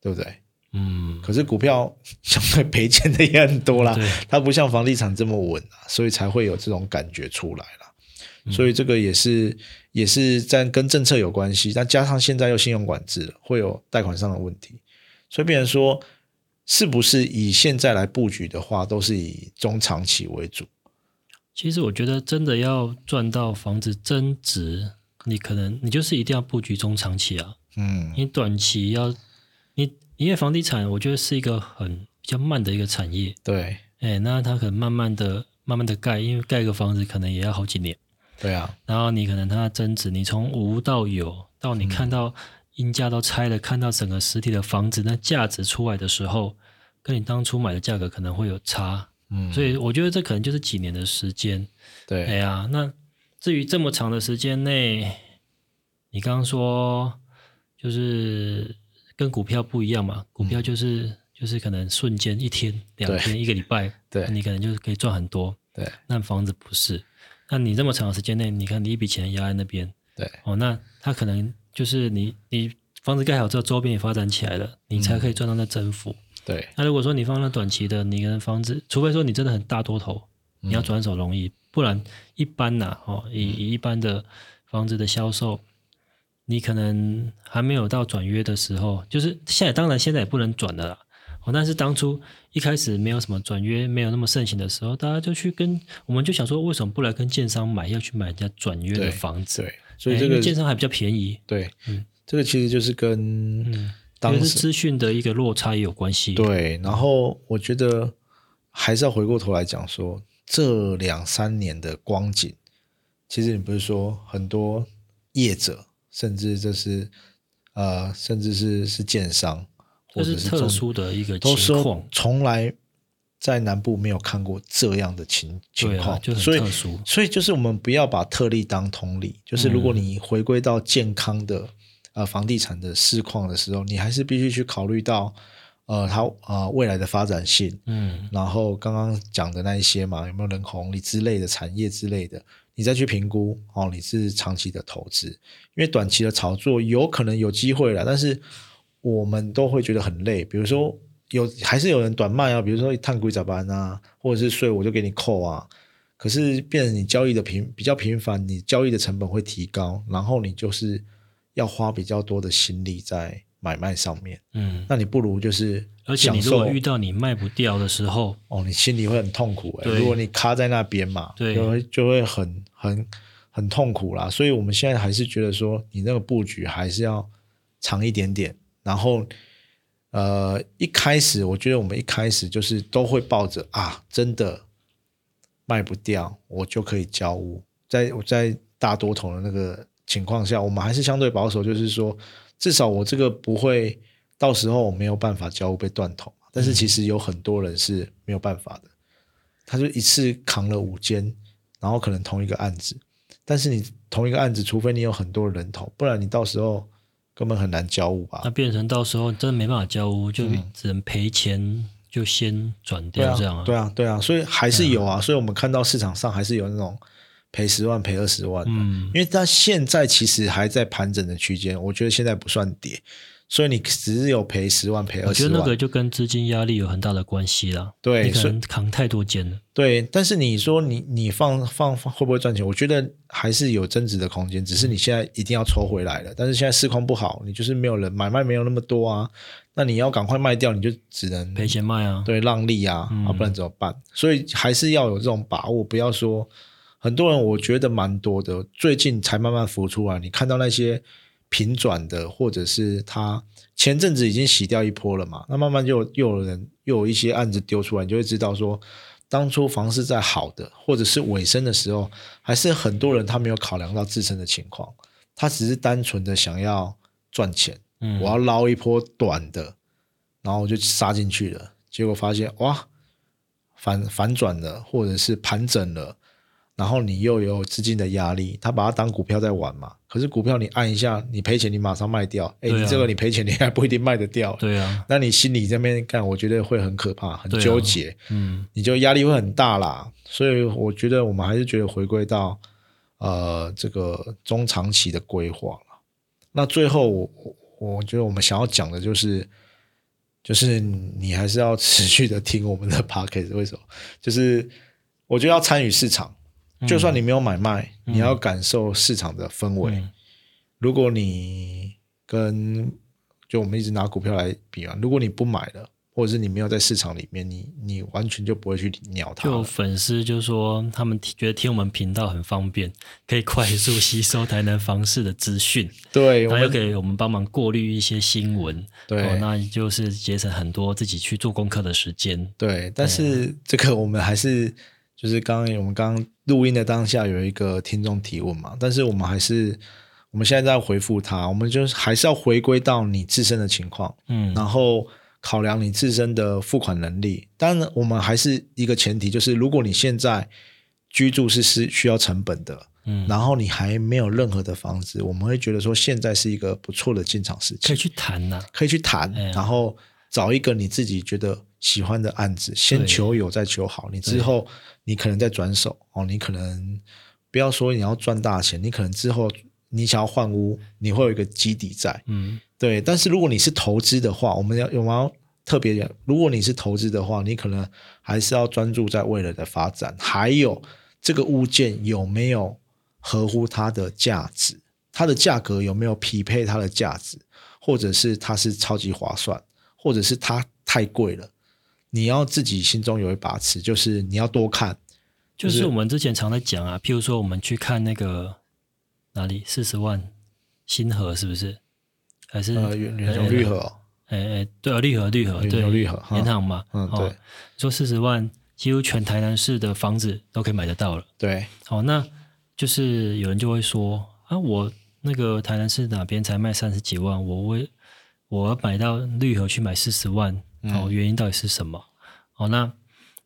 Speaker 1: 对不对？
Speaker 2: 嗯，
Speaker 1: 可是股票相对赔钱的也很多啦
Speaker 2: 对，
Speaker 1: 它不像房地产这么稳啊，所以才会有这种感觉出来啦。所以这个也是也是在跟政策有关系，但加上现在又信用管制了，会有贷款上的问题，所以变成说，是不是以现在来布局的话，都是以中长期为主？
Speaker 2: 其实我觉得，真的要赚到房子增值，你可能你就是一定要布局中长期啊。
Speaker 1: 嗯，
Speaker 2: 你短期要你，因为房地产我觉得是一个很比较慢的一个产业，
Speaker 1: 对
Speaker 2: 哎，那它可能慢慢的、慢慢的盖，因为盖一个房子可能也要好几年。
Speaker 1: 对啊，
Speaker 2: 然后你可能它增值，你从无到有，到你看到阴价都拆了，看到整个实体的房子那价值出来的时候，跟你当初买的价格可能会有差。
Speaker 1: 嗯，
Speaker 2: 所以我觉得这可能就是几年的时间。
Speaker 1: 对，
Speaker 2: 哎呀，那至于这么长的时间内，你刚刚说就是跟股票不一样嘛，股票就是、就是可能瞬间一天、两
Speaker 1: 嗯对
Speaker 2: 天、一个礼拜，
Speaker 1: 对
Speaker 2: 你可能就是可以赚很多。
Speaker 1: 对
Speaker 2: 那房子不是，那你这么长的时间内，你看你一笔钱压在那边，
Speaker 1: 对
Speaker 2: 哦，那它可能就是你你房子盖好之后，周边也发展起来了，你
Speaker 1: 嗯
Speaker 2: 才可以赚到那增幅。
Speaker 1: 对，
Speaker 2: 那如果说你放到短期的，你跟房子，除非说你真的很大多头，
Speaker 1: 嗯
Speaker 2: 你要转手容易，不然一般呐、哦，以以一般的房子的销售，你可能还没有到转约的时候，就是现在当然现在也不能转的啦。哦，但是当初一开始没有什么转约，没有那么盛行的时候，大家就去跟我们就想说，为什么不来跟建商买，要去买人家转约的
Speaker 1: 对
Speaker 2: 房子？
Speaker 1: 对，所以
Speaker 2: 哎
Speaker 1: 这
Speaker 2: 因为
Speaker 1: 个、
Speaker 2: 建商还比较便宜，
Speaker 1: 对，
Speaker 2: 嗯
Speaker 1: 这个其实就是跟
Speaker 2: 因为
Speaker 1: 当
Speaker 2: 是
Speaker 1: 时
Speaker 2: 资讯的一个落差也有关系。
Speaker 1: 对，然后我觉得还是要回过头来讲说，这两三年的光景，其实你不是说很多业者，甚至这是呃，甚至是是建商，
Speaker 2: 这
Speaker 1: 或
Speaker 2: 是
Speaker 1: 者是
Speaker 2: 特
Speaker 1: 中
Speaker 2: 殊的一个
Speaker 1: 都
Speaker 2: 情
Speaker 1: 说
Speaker 2: 况，
Speaker 1: 从来在南部没有看过这样的情
Speaker 2: 对
Speaker 1: 情
Speaker 2: 啊
Speaker 1: 况，
Speaker 2: 就很
Speaker 1: 所以
Speaker 2: 特殊
Speaker 1: 所以就是我们不要把特例当通例，就是如果你回归到健康的、呃房地产的市况的时候，你还是必须去考虑到呃，它啊、呃、未来的发展性，
Speaker 2: 嗯
Speaker 1: 然后刚刚讲的那一些嘛，有没有人红利之类的产业之类的，你再去评估哦，你是长期的投资，因为短期的炒作有可能有机会了，但是我们都会觉得很累。比如说有还是有人短卖啊，比如说碳硅咋办啊，或者是税我就给你扣啊，可是变成你交易的频比较频繁，你交易的成本会提高，然后你就是要花比较多的心力在买卖上面，
Speaker 2: 嗯，
Speaker 1: 那你不如就是
Speaker 2: 而且你
Speaker 1: 享
Speaker 2: 如果
Speaker 1: 受
Speaker 2: 遇到你卖不掉的时候，
Speaker 1: 哦，你心里会很痛苦、欸。
Speaker 2: 对
Speaker 1: 如果你卡在那边嘛，
Speaker 2: 对
Speaker 1: 就会就会很很很痛苦啦。所以我们现在还是觉得说，你那个布局还是要长一点点。然后，呃，一开始我觉得我们一开始就是都会抱着啊，真的卖不掉，我就可以交屋。在我在大多头的那个情况下，我们还是相对保守，就是说，至少我这个不会到时候我没有办法交屋被断头嘛。
Speaker 2: 嗯
Speaker 1: 但是其实有很多人是没有办法的，他就一次扛了五间，然后可能同一个案子，但是你同一个案子，除非你有很多人头，不然你到时候根本很难交屋吧
Speaker 2: 那？变成到时候真的没办法交屋，就只能赔钱，就先转掉这样
Speaker 1: 嗯
Speaker 2: 嗯
Speaker 1: 对啊，对啊，所以还是有啊，所以我们看到市场上还是有那种赔十万、赔二十万的，
Speaker 2: 嗯
Speaker 1: 因为它现在其实还在盘整的区间，我觉得现在不算跌，所以你只是有赔十万、赔
Speaker 2: 我
Speaker 1: 二
Speaker 2: 觉
Speaker 1: 十
Speaker 2: 得那
Speaker 1: 万，
Speaker 2: 个就跟资金压力有很大的关系啦。
Speaker 1: 对
Speaker 2: 你可
Speaker 1: 所以
Speaker 2: 能扛太多间了。
Speaker 1: 对。但是你说你你放放放会不会赚钱？我觉得还是有增值的空间，只
Speaker 2: 嗯
Speaker 1: 是你现在一定要抽回来了。但是现在市况不好，你就是没有人买卖，没有那么多啊，那你要赶快卖掉，你就只能
Speaker 2: 赔钱卖啊，
Speaker 1: 对，让利啊，啊，不然怎么办？所以还是要有这种把握，不要说很多人，我觉得蛮多的，最近才慢慢浮出来。你看到那些平转的，或者是他前阵子已经洗掉一波了嘛，那慢慢就有又有人又有一些案子丢出来，你就会知道说，当初房市在好的或者是尾声的时候，还是很多人他没有考量到自身的情况，他只是单纯的想要赚钱。
Speaker 2: 嗯，
Speaker 1: 我要捞一波短的，然后我就杀进去了，结果发现哇，反反转了，或者是盘整了，然后你又有资金的压力，他把它当股票在玩嘛。可是股票你按一下，你赔钱你马上卖掉，哎、
Speaker 2: 对啊
Speaker 1: 你这个你赔钱你还不一定卖得掉，
Speaker 2: 对啊，
Speaker 1: 那你心里这边干，我觉得会很可怕，很
Speaker 2: 对啊
Speaker 1: 纠结。
Speaker 2: 嗯，
Speaker 1: 你就压力会很大啦。所以我觉得我们还是觉得回归到呃这个中长期的规划了。那最后我我我觉得我们想要讲的就是，就是你还是要持续的听我们的 p o c a s t 为什么？就是我觉得要参与市场，
Speaker 2: 嗯
Speaker 1: 就算你没有买卖，你要感受市场的氛围。
Speaker 2: 嗯
Speaker 1: 如果你跟就我们一直拿股票来比啊嘛，如果你不买了，或者是你没有在市场里面，你你完全就不会去鸟它
Speaker 2: 就
Speaker 1: 了。
Speaker 2: 粉丝就说他们觉得听我们频道很方便，可以快速 吸收台南房市的资讯，
Speaker 1: 对，我
Speaker 2: 还有
Speaker 1: 们
Speaker 2: 给我们帮忙过滤一些新闻，
Speaker 1: 对
Speaker 2: 哦，那就是节省很多自己去做功课的时间。
Speaker 1: 对，但是这个我们还是就是刚刚我们刚刚录音的当下有一个听众提问嘛，但是我们还是我们现在在回复他，我们就是还是要回归到你自身的情况。
Speaker 2: 嗯
Speaker 1: 然后考量你自身的付款能力。当然，我们还是一个前提，就是如果你现在居住是是需要成本的，
Speaker 2: 嗯，
Speaker 1: 然后你还没有任何的房子，我们会觉得说现在是一个不错的进场时
Speaker 2: 可以
Speaker 1: 期，
Speaker 2: 去谈呐、
Speaker 1: 可以去谈，
Speaker 2: 哎呀
Speaker 1: 然后找一个你自己觉得。喜欢的案子，先
Speaker 2: 对
Speaker 1: 求有，再求好。你之后，你可能再转手哦，你可能不要说你要赚大钱，你可能之后你想要换屋，你会有一个基底在。
Speaker 2: 嗯，
Speaker 1: 对，但是如果你是投资的话，我们要我们要特别讲，如果你是投资的话，你可能还是要专注在未来的发展，还有这个物件有没有合乎它的价值，它的价格有没有匹配它的价值，或者是它是超级划算，或者是它太贵了。你要自己心中有一把尺，就是你要多看，
Speaker 2: 就是我们之前常在讲啊，譬如说我们去看那个哪里四十万新河是不是？还是
Speaker 1: 呃，远远雄绿河、哦，
Speaker 2: 哎哎，对啊，绿河绿河
Speaker 1: 远
Speaker 2: 对
Speaker 1: 雄绿河哈
Speaker 2: 银行嘛，
Speaker 1: 嗯
Speaker 2: 哦
Speaker 1: 对，
Speaker 2: 说四十万，几乎全台南市的房子都可以买得到了。
Speaker 1: 对，
Speaker 2: 好，那就是有人就会说啊，我那个台南市哪边才卖三十几万，我为我要买到绿河去买四十万，哦，
Speaker 1: 嗯
Speaker 2: 原因到底是什么？哦，那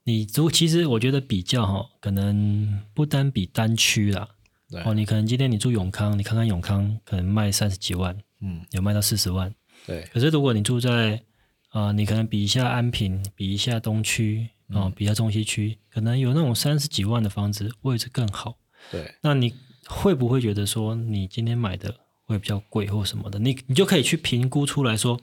Speaker 2: 你如其实我觉得比较哈，可能不单比单区啦，
Speaker 1: 对
Speaker 2: 哦，你可能今天你住永康，你看看永康可能卖三十几万，
Speaker 1: 嗯，
Speaker 2: 有卖到四十万，
Speaker 1: 对，
Speaker 2: 可是如果你住在啊、你可能比一下安平，比一下东区，啊、
Speaker 1: 嗯
Speaker 2: 比一下中西区，可能有那种三十几万的房子位置更好。
Speaker 1: 对，
Speaker 2: 那你会不会觉得说你今天买的会比较贵或什么的？你你就可以去评估出来说，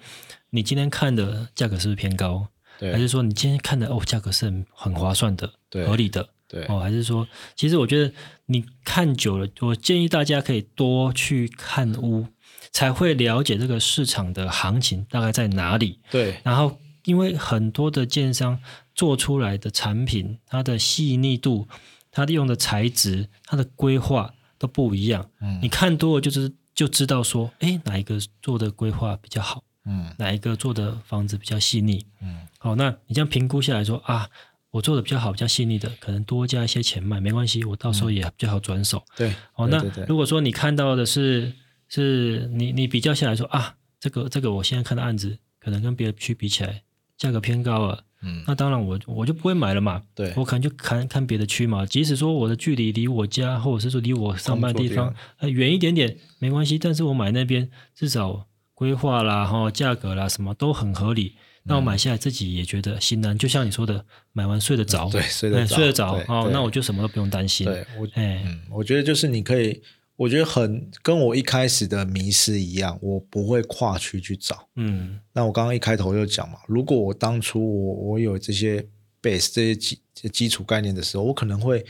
Speaker 2: 你今天看的价格是不是偏高，
Speaker 1: 对
Speaker 2: 还是说你今天看的哦价格是很很划算的、
Speaker 1: 对
Speaker 2: 合理的
Speaker 1: 对，
Speaker 2: 哦？还是说，其实我觉得你看久了，我建议大家可以多去看屋，才会了解这个市场的行情大概在哪里。
Speaker 1: 对，
Speaker 2: 然后因为很多的建商做出来的产品，它的细腻度、它利用的材质、它的规划都不一样。
Speaker 1: 嗯
Speaker 2: 你看多了就知就知道说，哎，哪一个做的规划比较好，
Speaker 1: 嗯
Speaker 2: 哪一个做的房子比较细腻。
Speaker 1: 嗯，
Speaker 2: 好，那你这样评估下来说啊。我做的比较好，比较细腻的，可能多加一些钱卖没关系，我到时候也比较好转手。
Speaker 1: 对，
Speaker 2: 哦，
Speaker 1: 对
Speaker 2: 那
Speaker 1: 对对
Speaker 2: 如果说你看到的是是你你比较下来说啊，这个这个我现在看的案子可能跟别的区比起来价格偏高了，
Speaker 1: 嗯
Speaker 2: 那当然我我就不会买了嘛，
Speaker 1: 对
Speaker 2: 我可能就看看别的区嘛，即使说我的距离离我家或者是说离我上班的地
Speaker 1: 工作
Speaker 2: 方
Speaker 1: 地
Speaker 2: 呃远一点点没关系，但是我买那边至少规划啦、哈价格啦什么都很合理。那我买下来自己也觉得心安，就像你说的，买完睡得着，
Speaker 1: 对睡得
Speaker 2: 哎
Speaker 1: 着
Speaker 2: 睡得着
Speaker 1: 对
Speaker 2: 哦，
Speaker 1: 对
Speaker 2: 那我就什么都不用担心。
Speaker 1: 对我
Speaker 2: 哎，
Speaker 1: 嗯，我觉得就是你可以，我觉得很跟我一开始的迷失一样，我不会跨区去找。
Speaker 2: 嗯，
Speaker 1: 那我刚刚一开头就讲嘛，如果我当初我我有这些 base 这些基这基础概念的时候，我可能会，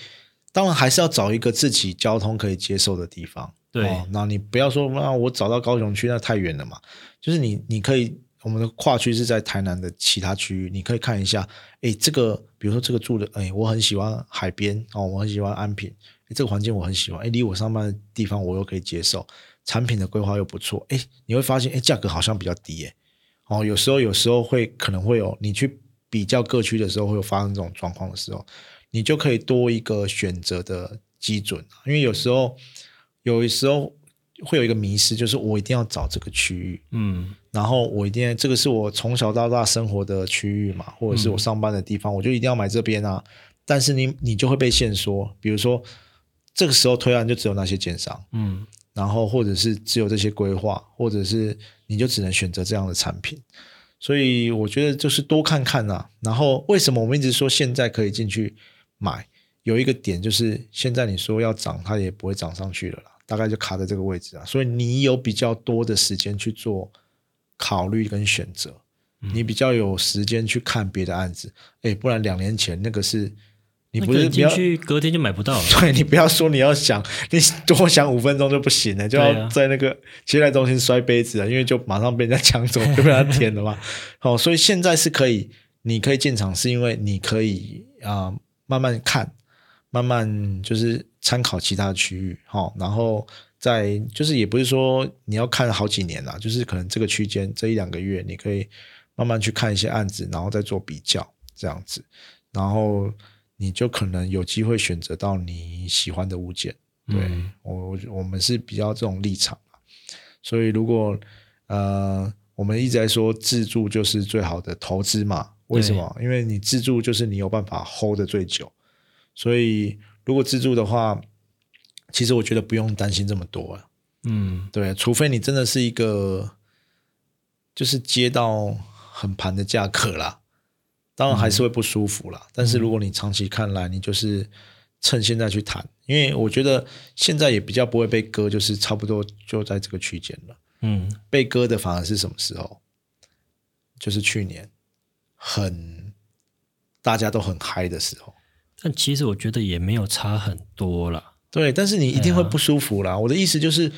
Speaker 1: 当然还是要找一个自己交通可以接受的地方。
Speaker 2: 对
Speaker 1: 哦那、你不要说那我找到高雄区那太远了嘛，就是你你可以我们的跨区是在台南的其他区域，你可以看一下，诶，这个比如说这个住的，诶，我很喜欢海边哦，我很喜欢安平，诶这个环境我很喜欢，诶，离我上班的地方我又可以接受，产品的规划又不错，诶，你会发现，诶，价格好像比较低，诶，哦，有时候有时候会可能会有你去比较各区的时候会有发生这种状况的时候，你就可以多一个选择的基准，啊因为有时候有时候会有一个迷失，就是我一定要找这个区域，
Speaker 2: 嗯
Speaker 1: 然后我一定要这个是我从小到大生活的区域嘛，或者是我上班的地方，我就一定要买这边啊。但是你你就会被限缩，比如说这个时候推案就只有那些建商，
Speaker 2: 嗯
Speaker 1: 然后或者是只有这些规划，或者是你就只能选择这样的产品。所以我觉得就是多看看啦、然后为什么我们一直说现在可以进去买？有一个点就是现在你说要涨，它也不会涨上去了啦，大概就卡在这个位置啊。所以你有比较多的时间去做考虑跟选择，
Speaker 2: 嗯
Speaker 1: 你比较有时间去看别的案子。哎，不然两年前那个是你
Speaker 2: 那
Speaker 1: 不
Speaker 2: 个
Speaker 1: 是不
Speaker 2: 进
Speaker 1: 要
Speaker 2: 去隔天就买不到了。
Speaker 1: 对你不要说你要想，你多想五分钟就不行了，就
Speaker 2: 对
Speaker 1: 要
Speaker 2: 啊
Speaker 1: 在那个接待中心摔杯子了，啊因为就马上被人家抢走，就被人家舔了嘛。 好、所以现在是可以，你可以进场，是因为你可以啊、呃慢慢看，慢慢就是参考其他的区域，好、然后再就是也不是说你要看好几年啦，就是可能这个区间这一两个月，你可以慢慢去看一些案子，然后再做比较这样子，然后你就可能有机会选择到你喜欢的物件。 对、
Speaker 2: 嗯
Speaker 1: 我我我们是比较这种立场啊所以如果呃我们一直在说自住就是最好的投资嘛，为什么？因为你自住就是你有办法 hold 的最久，所以如果自住的话，其实我觉得不用担心这么多啊。
Speaker 2: 嗯
Speaker 1: 对，除非你真的是一个就是接到很盘的价格啦，当然还是会不舒服啦。但是如果你长期看来，你就是趁现在去谈，因为我觉得现在也比较不会被割，就是差不多就在这个区间了。
Speaker 2: 嗯，
Speaker 1: 被割的反而是什么时候？就是去年很大家都很嗨的时候。
Speaker 2: 但其实我觉得也没有差很多啦。
Speaker 1: 对，但是你一定
Speaker 2: 哎
Speaker 1: 会不舒服啦。我的意思就是，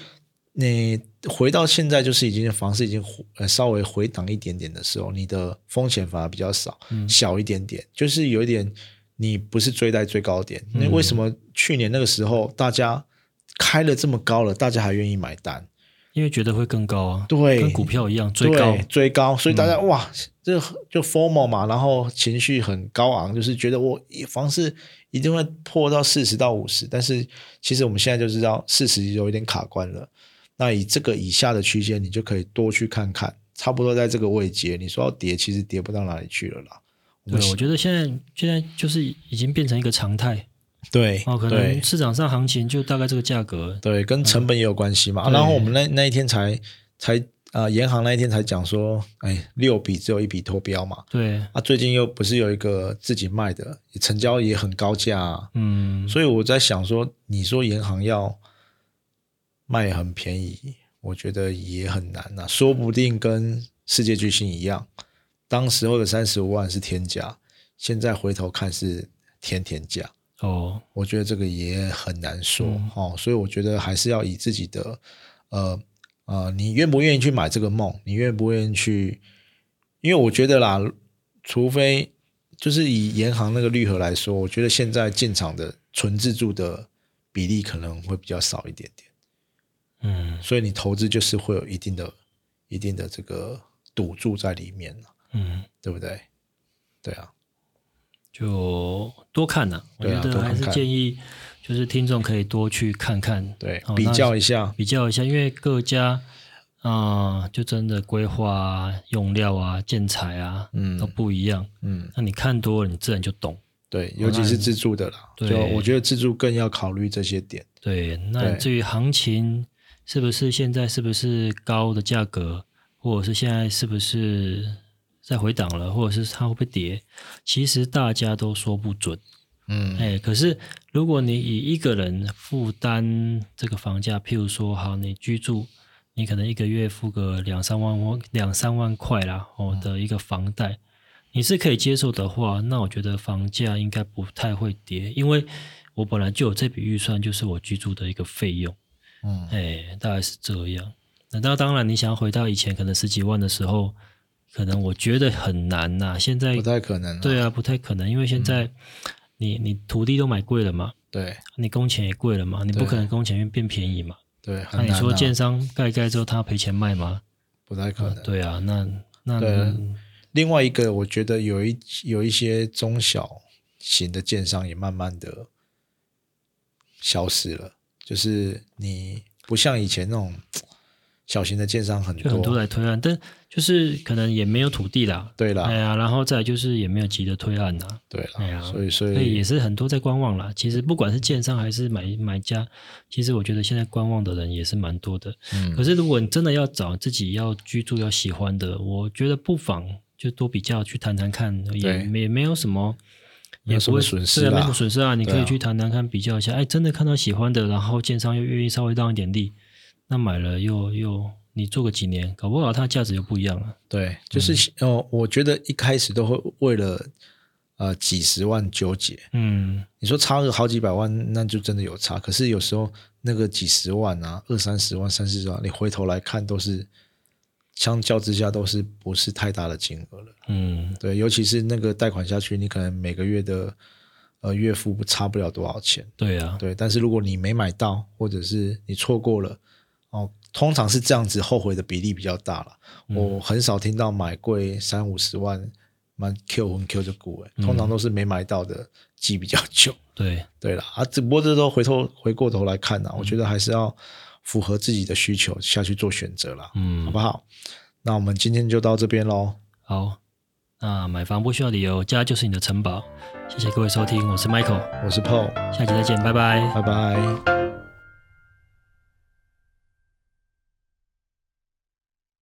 Speaker 1: 你回到现在，就是已经房市已经回呃稍微回档一点点的时候，你的风险反而比较少，
Speaker 2: 嗯
Speaker 1: 小一点点，就是有一点你不是追在最高点。那、为
Speaker 2: 嗯
Speaker 1: 什么去年那个时候大家开了这么高了，大家还愿意买单？
Speaker 2: 因为觉得会更高啊，
Speaker 1: 对
Speaker 2: 跟股票一样最高嗯
Speaker 1: 对，追高，所以大家、哇，这就 formal 嘛，然后情绪很高昂，就是觉得我房市一定会破到四十到五十，但是其实我们现在就知道四十有一点卡关了。那以这个以下的区间，你就可以多去看看，差不多在这个位阶，你说要跌，其实跌不到哪里去了啦。
Speaker 2: 对，我觉得现在现在就是已经变成一个常态
Speaker 1: 对，
Speaker 2: 哦，可
Speaker 1: 对
Speaker 2: 能市场上行情就大概这个价格。
Speaker 1: 对，跟成本也有关系嘛。
Speaker 2: 对
Speaker 1: 然后我们那那一天才才呃，银行那一天才讲说，哎，六笔只有一笔脱标嘛。
Speaker 2: 对，
Speaker 1: 啊，最近又不是有一个自己卖的，也成交也很高价、啊，
Speaker 2: 嗯，
Speaker 1: 所以我在想说，你说银行要卖很便宜，我觉得也很难呐、啊说不定跟世界巨星一样，当时候的三十五万是天价，现在回头看是天天价。
Speaker 2: 哦，
Speaker 1: 我觉得这个也很难说、
Speaker 2: 嗯
Speaker 1: 哦，所以我觉得还是要以自己的呃呃，你愿不愿意去买这个梦，你愿不愿意去？因为我觉得啦，除非就是以银行那个绿盒来说，我觉得现在进场的纯自住的比例可能会比较少一点点，
Speaker 2: 嗯
Speaker 1: 所以你投资就是会有一定的、一定的这个赌注在里面了
Speaker 2: 嗯，
Speaker 1: 对不对？对啊，
Speaker 2: 就多看呐、我
Speaker 1: 对啊
Speaker 2: 觉得
Speaker 1: 多
Speaker 2: 还
Speaker 1: 看
Speaker 2: 是
Speaker 1: 看
Speaker 2: 建议就是听众可以多去看看，
Speaker 1: 对，
Speaker 2: 哦
Speaker 1: 比
Speaker 2: 那
Speaker 1: 较一下，
Speaker 2: 比较一下，因为各家啊、就真的规划啊、用料啊、建材啊，
Speaker 1: 嗯
Speaker 2: 都不一样。
Speaker 1: 嗯。
Speaker 2: 那你看多了，你自然就懂。
Speaker 1: 对，尤其是自助的啦，
Speaker 2: 对
Speaker 1: 就我觉得自助更要考虑这些点。
Speaker 2: 对，那
Speaker 1: 对
Speaker 2: 至于行情是不是现在是不是高的价格，或者是现在是不是在回档了，或者是它会不会跌，其实大家都说不准。
Speaker 1: 嗯
Speaker 2: 哎，可是如果你以一个人负担这个房价，譬如说，好，你居住，你可能一个月付个两三万或两三万块啦，
Speaker 1: 嗯
Speaker 2: 哦的一个房贷，你是可以接受的话，那我觉得房价应该不太会跌，因为我本来就有这笔预算，就是我居住的一个费用，
Speaker 1: 嗯，
Speaker 2: 哎，大概是这样。那那当然，你想要回到以前可能十几万的时候，可能我觉得很难呐、现在
Speaker 1: 不太可能。
Speaker 2: 对啊，不太可能，因为现在
Speaker 1: 嗯
Speaker 2: 你你土地都买贵了嘛，
Speaker 1: 对
Speaker 2: 你工钱也贵了嘛，你不
Speaker 1: 对
Speaker 2: 可能工钱变便宜嘛。
Speaker 1: 对，
Speaker 2: 那
Speaker 1: 很
Speaker 2: 你
Speaker 1: 难
Speaker 2: 说
Speaker 1: 啊
Speaker 2: 建商盖一盖之后他赔钱卖吗？
Speaker 1: 不太可能。
Speaker 2: 对啊，那那
Speaker 1: 对啊
Speaker 2: 嗯
Speaker 1: 另外一个，我觉得有一有一些中小型的建商也慢慢的消失了，就是你不像以前那种小型的建商很
Speaker 2: 就
Speaker 1: 多，
Speaker 2: 很多来推案，但就是可能也没有土地啦。
Speaker 1: 对啊啦，
Speaker 2: 哎呀，然后再来就是也没有急着推案呐，
Speaker 1: 对啦，
Speaker 2: 哎呀
Speaker 1: 所以所
Speaker 2: 所以
Speaker 1: 以
Speaker 2: 也是很多在观望啦。其实不管是建商还是买买家，其实我觉得现在观望的人也是蛮多的。
Speaker 1: 嗯
Speaker 2: 可是如果你真的要找自己要居住要喜欢的，我觉得不妨就多比较去谈谈看，也
Speaker 1: 对
Speaker 2: 没也没有什么，
Speaker 1: 没
Speaker 2: 也
Speaker 1: 有什
Speaker 2: 不
Speaker 1: 么
Speaker 2: 会
Speaker 1: 损失
Speaker 2: 对啊，没
Speaker 1: 啦
Speaker 2: 什么损失啊，你可
Speaker 1: 对
Speaker 2: 以
Speaker 1: 啊
Speaker 2: 去谈谈看，比较一下，哎，真的看到喜欢的，然后建商又愿意稍微让一点力，那买了又又你做个几年，搞不好它价值又不一样了。
Speaker 1: 对，就是呃，我觉得一开始都会为了呃几十万纠结，
Speaker 2: 嗯，
Speaker 1: 你说差个好几百万，那就真的有差。可是有时候那个几十万啊，二三十万、三四十万，你回头来看都是相较之下都是不是太大的金额了。
Speaker 2: 嗯，
Speaker 1: 对，尤其是那个贷款下去，你可能每个月的呃月付不差不了多少钱。
Speaker 2: 对啊，
Speaker 1: 对，但是如果你没买到，或者是你错过了，哦，通常是这样子，后悔的比例比较大了。我很少听到买贵三五十万，蛮 Q 魂 Q 就股哎，通常都是没买到的记比较久。
Speaker 2: 对，
Speaker 1: 对了啊，只不过这都回头回过头来看呢、我觉得还是要符合自己的需求下去做选择啦，好
Speaker 2: 嗯，
Speaker 1: 不好？那我们今天就到这边喽，
Speaker 2: 好，那买房不需要理由，家就是你的城堡。谢谢各位收听，我是 Michael，
Speaker 1: 我是 Paul，
Speaker 2: 下期再见，拜拜
Speaker 1: 拜拜。